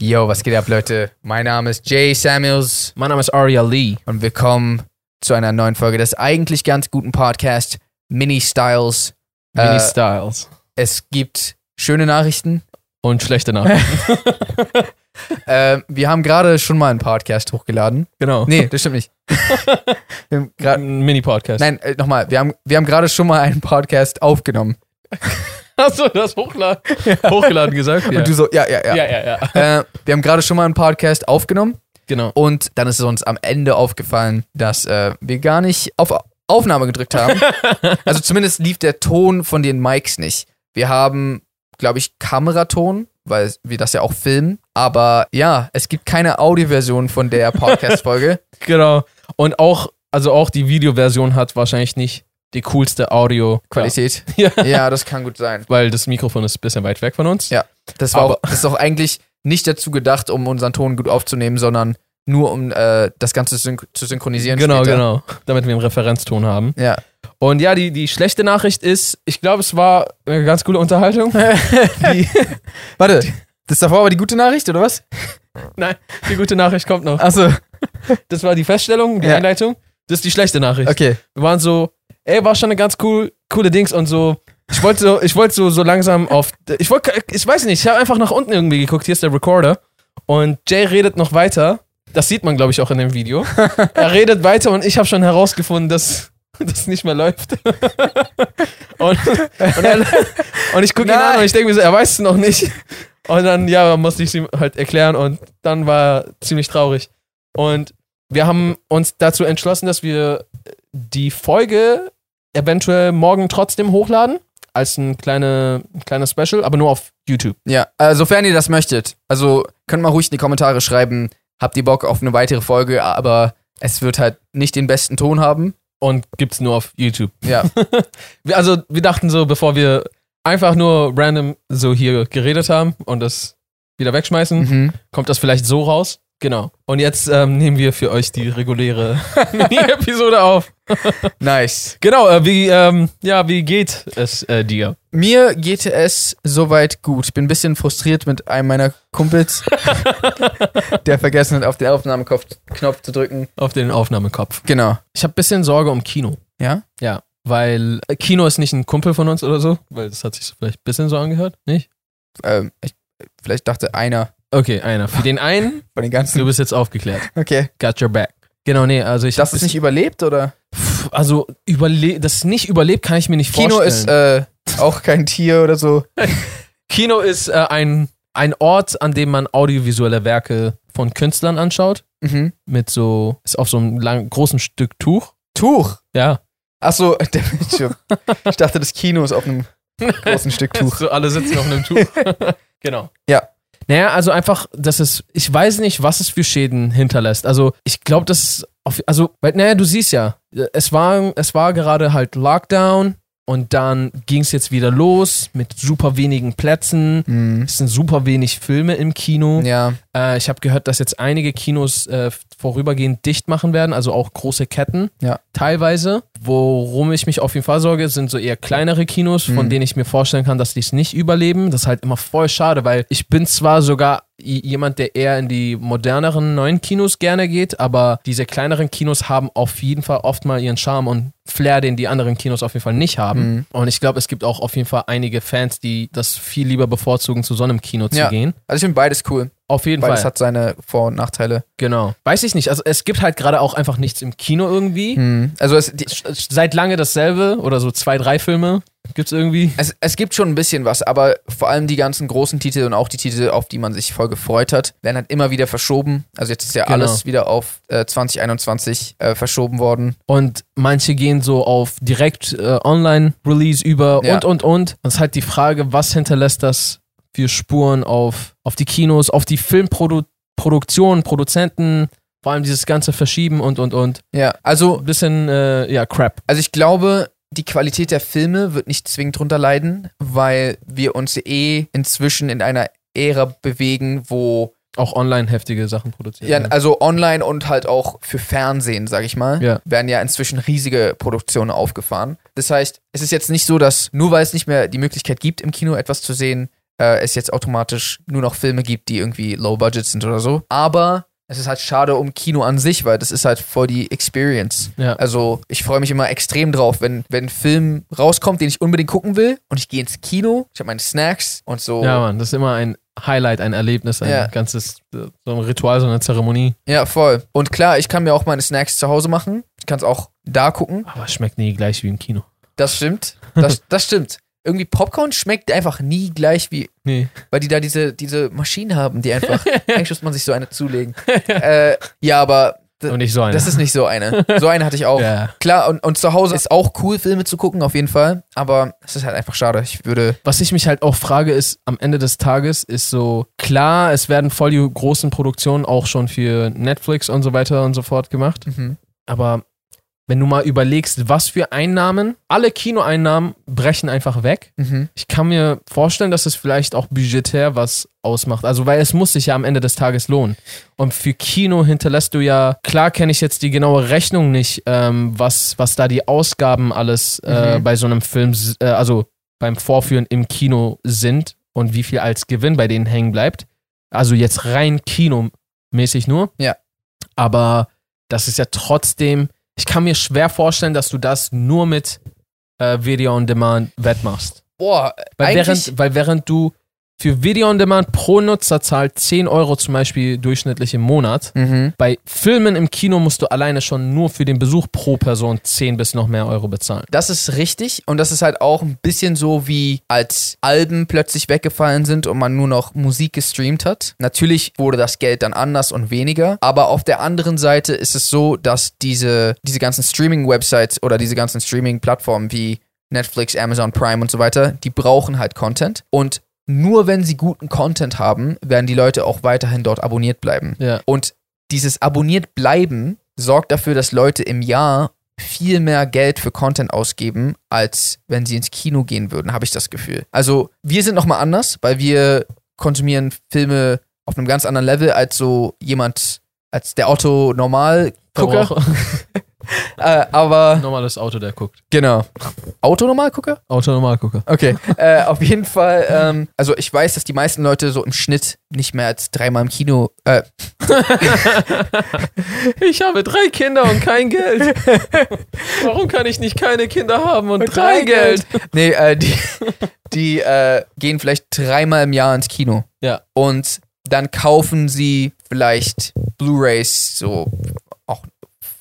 Yo, was geht ab, Leute? Mein Name ist Jay Samuels Mein Name ist Aria Lee. und willkommen zu einer neuen Folge des eigentlich ganz guten Podcast Mini Styles. Mini Äh, Styles. Es gibt schöne Nachrichten. Und schlechte Nachrichten. Äh, wir haben gerade schon mal einen Podcast hochgeladen. genau. Nee, das stimmt nicht. Wir haben grad, Ein Mini-Podcast. nein, äh, nochmal. Wir haben, wir haben gerade schon mal einen Podcast aufgenommen. Achso, du hast hochladen, hochgeladen gesagt. Ja. Und du so, ja, ja, ja. ja, ja, ja. Äh, wir haben gerade schon mal einen Podcast aufgenommen Genau. und dann ist es uns am Ende aufgefallen, dass äh, wir gar nicht auf Aufnahme gedrückt haben. also zumindest lief der Ton von den Mics nicht. Wir haben, glaube ich, Kameraton, weil wir das ja auch filmen. Aber ja, es gibt keine Audioversion von der Podcast-Folge. Genau. Und auch, also auch die Videoversion hat wahrscheinlich nicht die coolste Audio-Qualität. Qualität. Ja. Ja, das kann gut sein. Weil das Mikrofon ist ein bisschen weit weg von uns. Ja. Das war Aber- auch, das ist auch eigentlich nicht dazu gedacht, um unseren Ton gut aufzunehmen, sondern nur um äh, das Ganze synch zu synchronisieren. Genau, später. genau. Damit wir einen Referenzton haben. Ja. Und ja, die, die schlechte Nachricht ist, ich glaube, es war eine ganz coole Unterhaltung. die, Warte, das davor war die gute Nachricht, oder was? nein, die gute Nachricht kommt noch. Achso, Das war die Feststellung, die Ja. Einleitung. Das ist die schlechte Nachricht. okay. Wir waren so, ey, war schon eine ganz cool, coole Dings und so. Ich wollte so, ich wollte so, so langsam auf. Ich wollte, ich weiß nicht, ich habe einfach nach unten irgendwie geguckt. Hier ist der Recorder. Und Jay redet noch weiter. Das sieht man, glaube ich, auch in dem Video. Er redet weiter und ich habe schon herausgefunden, dass das nicht mehr läuft. Und, und, er, und ich gucke ihn an Nein. und ich denke mir so, er weiß es noch nicht. Und dann, ja, musste ich es ihm halt erklären und dann war er ziemlich traurig. Und wir haben uns dazu entschlossen, dass wir die Folge eventuell morgen trotzdem hochladen. Als ein kleine, kleines Special, aber nur auf YouTube. Ja, äh, sofern ihr das möchtet. Also könnt mal ruhig in die Kommentare schreiben, habt ihr Bock auf eine weitere Folge, aber es wird halt nicht den besten Ton haben. Und gibt's nur auf YouTube. Ja, Wir, also, wir dachten so, bevor wir einfach nur random so hier geredet haben und das wieder wegschmeißen, mhm. kommt das vielleicht so raus. Genau. Und jetzt ähm, nehmen wir für euch die reguläre Mini-Episode auf. nice. Genau, äh, wie, ähm, ja, wie geht es äh, dir? Mir geht es soweit gut. Ich bin ein bisschen frustriert mit einem meiner Kumpels, der vergessen hat, auf den Aufnahmeknopf zu drücken. Auf den Aufnahmekopf. Genau. Ich habe ein bisschen Sorge um Kino. Ja? Ja, weil äh, Kino ist nicht ein Kumpel von uns oder so, weil das hat sich vielleicht ein bisschen so angehört, nicht? Ähm, ich, vielleicht dachte einer Okay, einer. Für den einen, von den du ganzen. bist jetzt aufgeklärt. Okay. Got your back. Genau, nee, also ich Das ist hab bis- nicht überlebt, oder? Pff, also überle das nicht überlebt kann ich mir nicht Kino vorstellen. ist äh, auch kein Tier oder so. Kino ist äh, ein, ein Ort, an dem man audiovisuelle Werke von Künstlern anschaut. Mhm. Mit so, ist auf so einem langen, großen Stück Tuch. Tuch. Ja. Achso, der Bildschirm. Ich dachte, das Kino ist auf einem großen Stück Tuch. So alle sitzen auf einem Tuch. genau. Ja. Naja, also einfach, dass es, ich weiß nicht, was es für Schäden hinterlässt. Also ich glaube, das ist auf, also, weil, naja, du siehst ja, es war, es war gerade halt Lockdown und dann ging es jetzt wieder los mit super wenigen Plätzen. Mhm. Es sind super wenig Filme im Kino. Ja. Äh, ich habe gehört, dass jetzt einige Kinos äh, vorübergehend dicht machen werden, also auch große Ketten Ja. teilweise. Worum ich mich auf jeden Fall sorge, sind so eher kleinere Kinos, von Mhm. denen ich mir vorstellen kann, dass die es nicht überleben. Das ist halt immer voll schade, weil ich bin zwar sogar i- jemand, der eher in die moderneren neuen Kinos gerne geht, aber diese kleineren Kinos haben auf jeden Fall oft mal ihren Charme und Flair, den die anderen Kinos auf jeden Fall nicht haben. Mhm. Und ich glaube, es gibt auch auf jeden Fall einige Fans, die das viel lieber bevorzugen, zu so einem Kino zu Ja. gehen. Also ich finde beides cool. Auf jeden Beides Fall. hat seine Vor- und Nachteile. Genau. Weiß ich nicht. Also es gibt halt gerade auch einfach nichts im Kino irgendwie. Mhm. Also es, die, Sch- Seit lange dasselbe oder so zwei, drei Filme gibt's irgendwie. es, es gibt schon ein bisschen was, aber vor allem die ganzen großen Titel und auch die Titel, auf die man sich voll gefreut hat, werden halt immer wieder verschoben. Also jetzt ist ja Genau. alles wieder auf äh, 2021 äh, verschoben worden. Und manche gehen so auf direkt äh, Online-Release über Ja. und, und, und. Und es ist halt die Frage, was hinterlässt das für Spuren auf, auf die Kinos, auf die Filmproduktion, Produzenten, vor allem dieses ganze Verschieben und, und, und. Ja. Also, Ein bisschen, äh, ja, Crap. also ich glaube, die Qualität der Filme wird nicht zwingend drunter leiden, weil wir uns eh inzwischen in einer Ära bewegen, wo Auch online heftige Sachen ne? produziert. Ja, werden. also online und halt auch für Fernsehen, sag ich mal, Ja. werden ja inzwischen riesige Produktionen aufgefahren. Das heißt, es ist jetzt nicht so, dass nur weil es nicht mehr die Möglichkeit gibt, im Kino etwas zu sehen, äh, es jetzt automatisch nur noch Filme gibt, die irgendwie low budget sind oder so. Aber es ist halt schade um Kino an sich, weil das ist halt voll die Experience. Ja. Also ich freue mich immer extrem drauf, wenn, wenn ein Film rauskommt, den ich unbedingt gucken will und ich gehe ins Kino, ich habe meine Snacks und so. Ja, Mann, das ist immer ein Highlight, ein Erlebnis, ein Ja. ganzes, äh, so ein Ritual, so eine Zeremonie. Ja, voll. Und klar, ich kann mir auch meine Snacks zu Hause machen. Ich kann es auch da gucken. Aber es schmeckt nie gleich wie im Kino. Das stimmt. Das, das stimmt. Irgendwie Popcorn schmeckt einfach nie gleich wie, Nee. weil die da diese, diese Maschinen haben, die einfach, eigentlich muss man sich so eine zulegen. äh, ja, aber d- Und nicht so eine. das ist nicht so eine. So eine hatte ich auch. ja. Klar, und, und zu Hause ist auch cool, Filme zu gucken, auf jeden Fall. Aber es ist halt einfach schade. Ich würde. Was ich mich halt auch frage, ist am Ende des Tages, ist so, klar, es werden voll die großen Produktionen auch schon für Netflix und so weiter und so fort gemacht. Mhm. Aber wenn du mal überlegst, was für Einnahmen, alle Kinoeinnahmen brechen einfach weg. Mhm. Ich kann mir vorstellen, dass es vielleicht auch budgetär was ausmacht. Also, weil es muss sich ja am Ende des Tages lohnen. Und für Kino hinterlässt du ja, klar kenne ich jetzt die genaue Rechnung nicht, ähm, was, was da die Ausgaben alles äh, Mhm. bei so einem Film, s- äh, also beim Vorführen im Kino sind und wie viel als Gewinn bei denen hängen bleibt. Also jetzt rein kinomäßig nur. Ja. Aber das ist ja trotzdem, ich kann mir schwer vorstellen, dass du das nur mit äh, Video on Demand wettmachst. Boah, Weil Eigentlich- während, weil während du für Video on Demand pro Nutzerzahl 10 Euro zum Beispiel durchschnittlich im Monat, mhm. bei Filmen im Kino musst du alleine schon nur für den Besuch pro Person 10 bis noch mehr Euro bezahlen. das ist richtig. Und das ist halt auch ein bisschen so, wie als Alben plötzlich weggefallen sind und man nur noch Musik gestreamt hat. Natürlich wurde das Geld dann anders und weniger. Aber auf der anderen Seite ist es so, dass diese, diese ganzen Streaming-Websites oder diese ganzen Streaming-Plattformen wie Netflix, Amazon Prime und so weiter, die brauchen halt Content. Und nur wenn sie guten Content haben, werden die Leute auch weiterhin dort abonniert bleiben. Ja. Und dieses abonniert bleiben sorgt dafür, dass Leute im Jahr viel mehr Geld für Content ausgeben, als wenn sie ins Kino gehen würden, habe ich das Gefühl. Also wir sind nochmal anders, weil wir konsumieren Filme auf einem ganz anderen Level als so jemand, als der Otto normal gucker. Äh, aber Normales Auto, der guckt. genau. Auto normal gucker? Auto normal gucker. Okay. äh, auf jeden Fall, ähm, also ich weiß, dass die meisten Leute so im Schnitt nicht mehr als dreimal im Kino, äh, Ich habe drei Kinder und kein Geld. Warum kann ich nicht keine Kinder haben und, drei, Geld? Nee, äh, die, die äh, gehen vielleicht dreimal im Jahr ins Kino. Ja. Und dann kaufen sie vielleicht Blu-Rays, so auch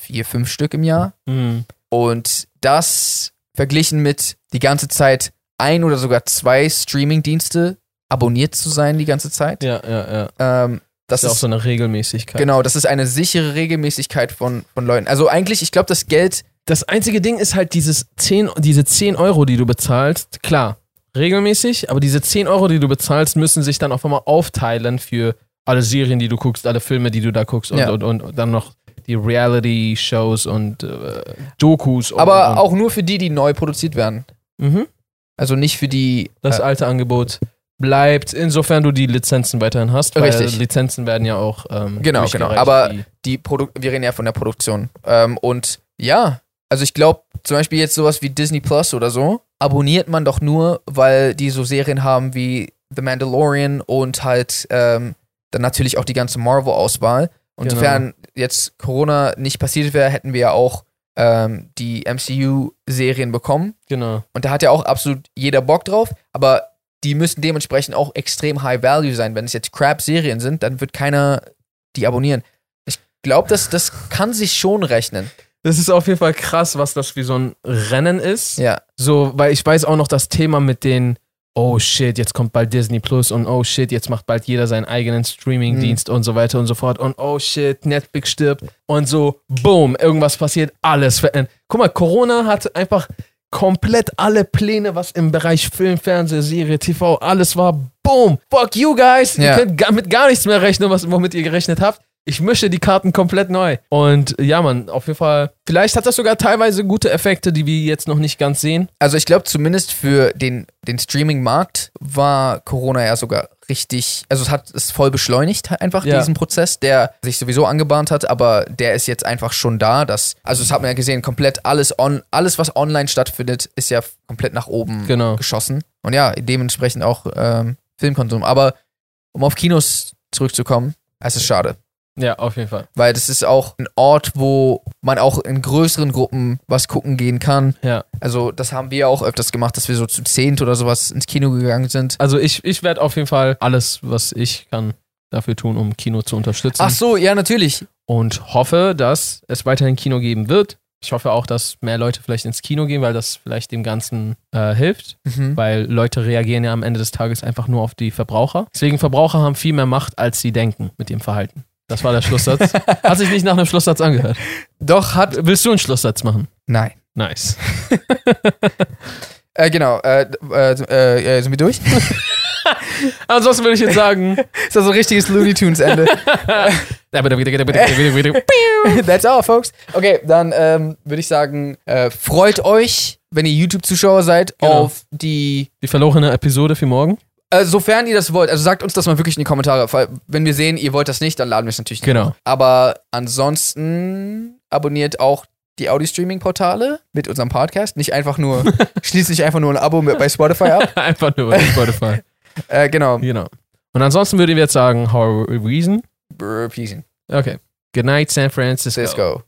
vier, fünf Stück im Jahr. Mhm. Und das verglichen mit die ganze Zeit ein oder sogar zwei Streaming-Dienste abonniert zu sein die ganze Zeit. Ja, ja, ja. Ähm, das Das ist auch ist, so eine Regelmäßigkeit. genau, das ist eine sichere Regelmäßigkeit von, von Leuten. Also eigentlich, ich glaube, das Geld, Das einzige Ding ist halt dieses 10, diese 10 Euro, die du bezahlst, klar, regelmäßig, aber diese 10 Euro, die du bezahlst, müssen sich dann auf einmal aufteilen für alle Serien, die du guckst, alle Filme, die du da guckst und, Ja. und, und, dann noch die Reality-Shows und äh, Dokus. Und, aber und, auch nur für die, die neu produziert werden. Mhm. Also nicht für die. Das alte Angebot bleibt, insofern du die Lizenzen weiterhin hast, weil Richtig. Lizenzen werden ja auch ähm, Genau, durchgereicht, genau, aber- die- die Produkt, wir reden ja von der Produktion. Ähm, und ja, also ich glaube, zum Beispiel jetzt sowas wie Disney Plus oder so, abonniert man doch nur, weil die so Serien haben wie The Mandalorian und halt ähm, dann natürlich auch die ganze Marvel-Auswahl. Und Genau. sofern jetzt Corona nicht passiert wäre, hätten wir ja auch ähm, die MCU-Serien bekommen. genau. Und da hat ja auch absolut jeder Bock drauf, aber die müssen dementsprechend auch extrem high value sein. Wenn es jetzt Crap-Serien sind, dann wird keiner die abonnieren. Ich glaube, das, das kann sich schon rechnen. Das ist auf jeden Fall krass, was das wie so ein Rennen ist. Ja. So, weil ich weiß auch noch das Thema mit den, oh shit, jetzt kommt bald Disney Plus und oh shit, jetzt macht bald jeder seinen eigenen Streamingdienst und so weiter und so fort und oh shit, Netflix stirbt und so, boom, irgendwas passiert, alles verändert. Guck mal, Corona hat einfach komplett alle Pläne, was im Bereich Film, Fernsehen, Serie, TV, alles war, boom, fuck you guys, Ja. ihr könnt gar, mit gar nichts mehr rechnen, was, womit ihr gerechnet habt. Ich mische die Karten komplett neu. Und ja, man, auf jeden Fall. Vielleicht hat das sogar teilweise gute Effekte, die wir jetzt noch nicht ganz sehen. Also ich glaube, zumindest für den, den Streaming-Markt war Corona ja sogar richtig, also es hat es voll beschleunigt halt einfach, Ja. diesen Prozess, der sich sowieso angebahnt hat, aber der ist jetzt einfach schon da. Dass, also das hat man ja gesehen, komplett alles, on, alles, was online stattfindet, ist ja komplett nach oben Genau. geschossen. Und ja, dementsprechend auch ähm, Filmkonsum. Aber um auf Kinos zurückzukommen, es ist schade. Ja, auf jeden Fall. Weil das ist auch ein Ort, wo man auch in größeren Gruppen was gucken gehen kann. Ja. Also, das haben wir auch öfters gemacht, dass wir so zu zehnt oder sowas ins Kino gegangen sind. Also ich, ich werde auf jeden Fall alles, was ich kann, dafür tun, um Kino zu unterstützen. Ach so, ja, natürlich. Und hoffe, dass es weiterhin Kino geben wird. Ich hoffe auch, dass mehr Leute vielleicht ins Kino gehen, weil das vielleicht dem Ganzen äh, hilft. Mhm. Weil Leute reagieren ja am Ende des Tages einfach nur auf die Verbraucher. Deswegen, Verbraucher haben viel mehr Macht, als sie denken mit ihrem Verhalten. Das war der Schlusssatz. Hat sich nicht nach einem Schlusssatz angehört. Doch, hat. Willst du einen Schlusssatz machen? Nein. Nice. Äh, genau, äh, äh, äh, sind wir durch? Ansonsten würde ich jetzt sagen. Ist das so ein richtiges Looney Tunes Ende? That's all, folks. Okay, dann ähm, würde ich sagen, äh, freut euch, wenn ihr YouTube-Zuschauer seid, Genau. auf die, Die verlorene Episode für morgen. äh, sofern ihr das wollt. Also sagt uns das mal wirklich in die Kommentare. Weil, Wenn wir sehen, ihr wollt das nicht, dann laden wir es natürlich nicht. Genau. Aber ansonsten abonniert auch die Audio-Streaming-Portale mit unserem Podcast. Nicht einfach nur, schließt nicht einfach nur ein Abo mit- bei Spotify ab. Einfach nur bei Spotify. Äh, genau. Genau. Und ansonsten würden wir jetzt sagen, how reason? Brr, Peace. Okay. Good night, San Francisco. Let's go.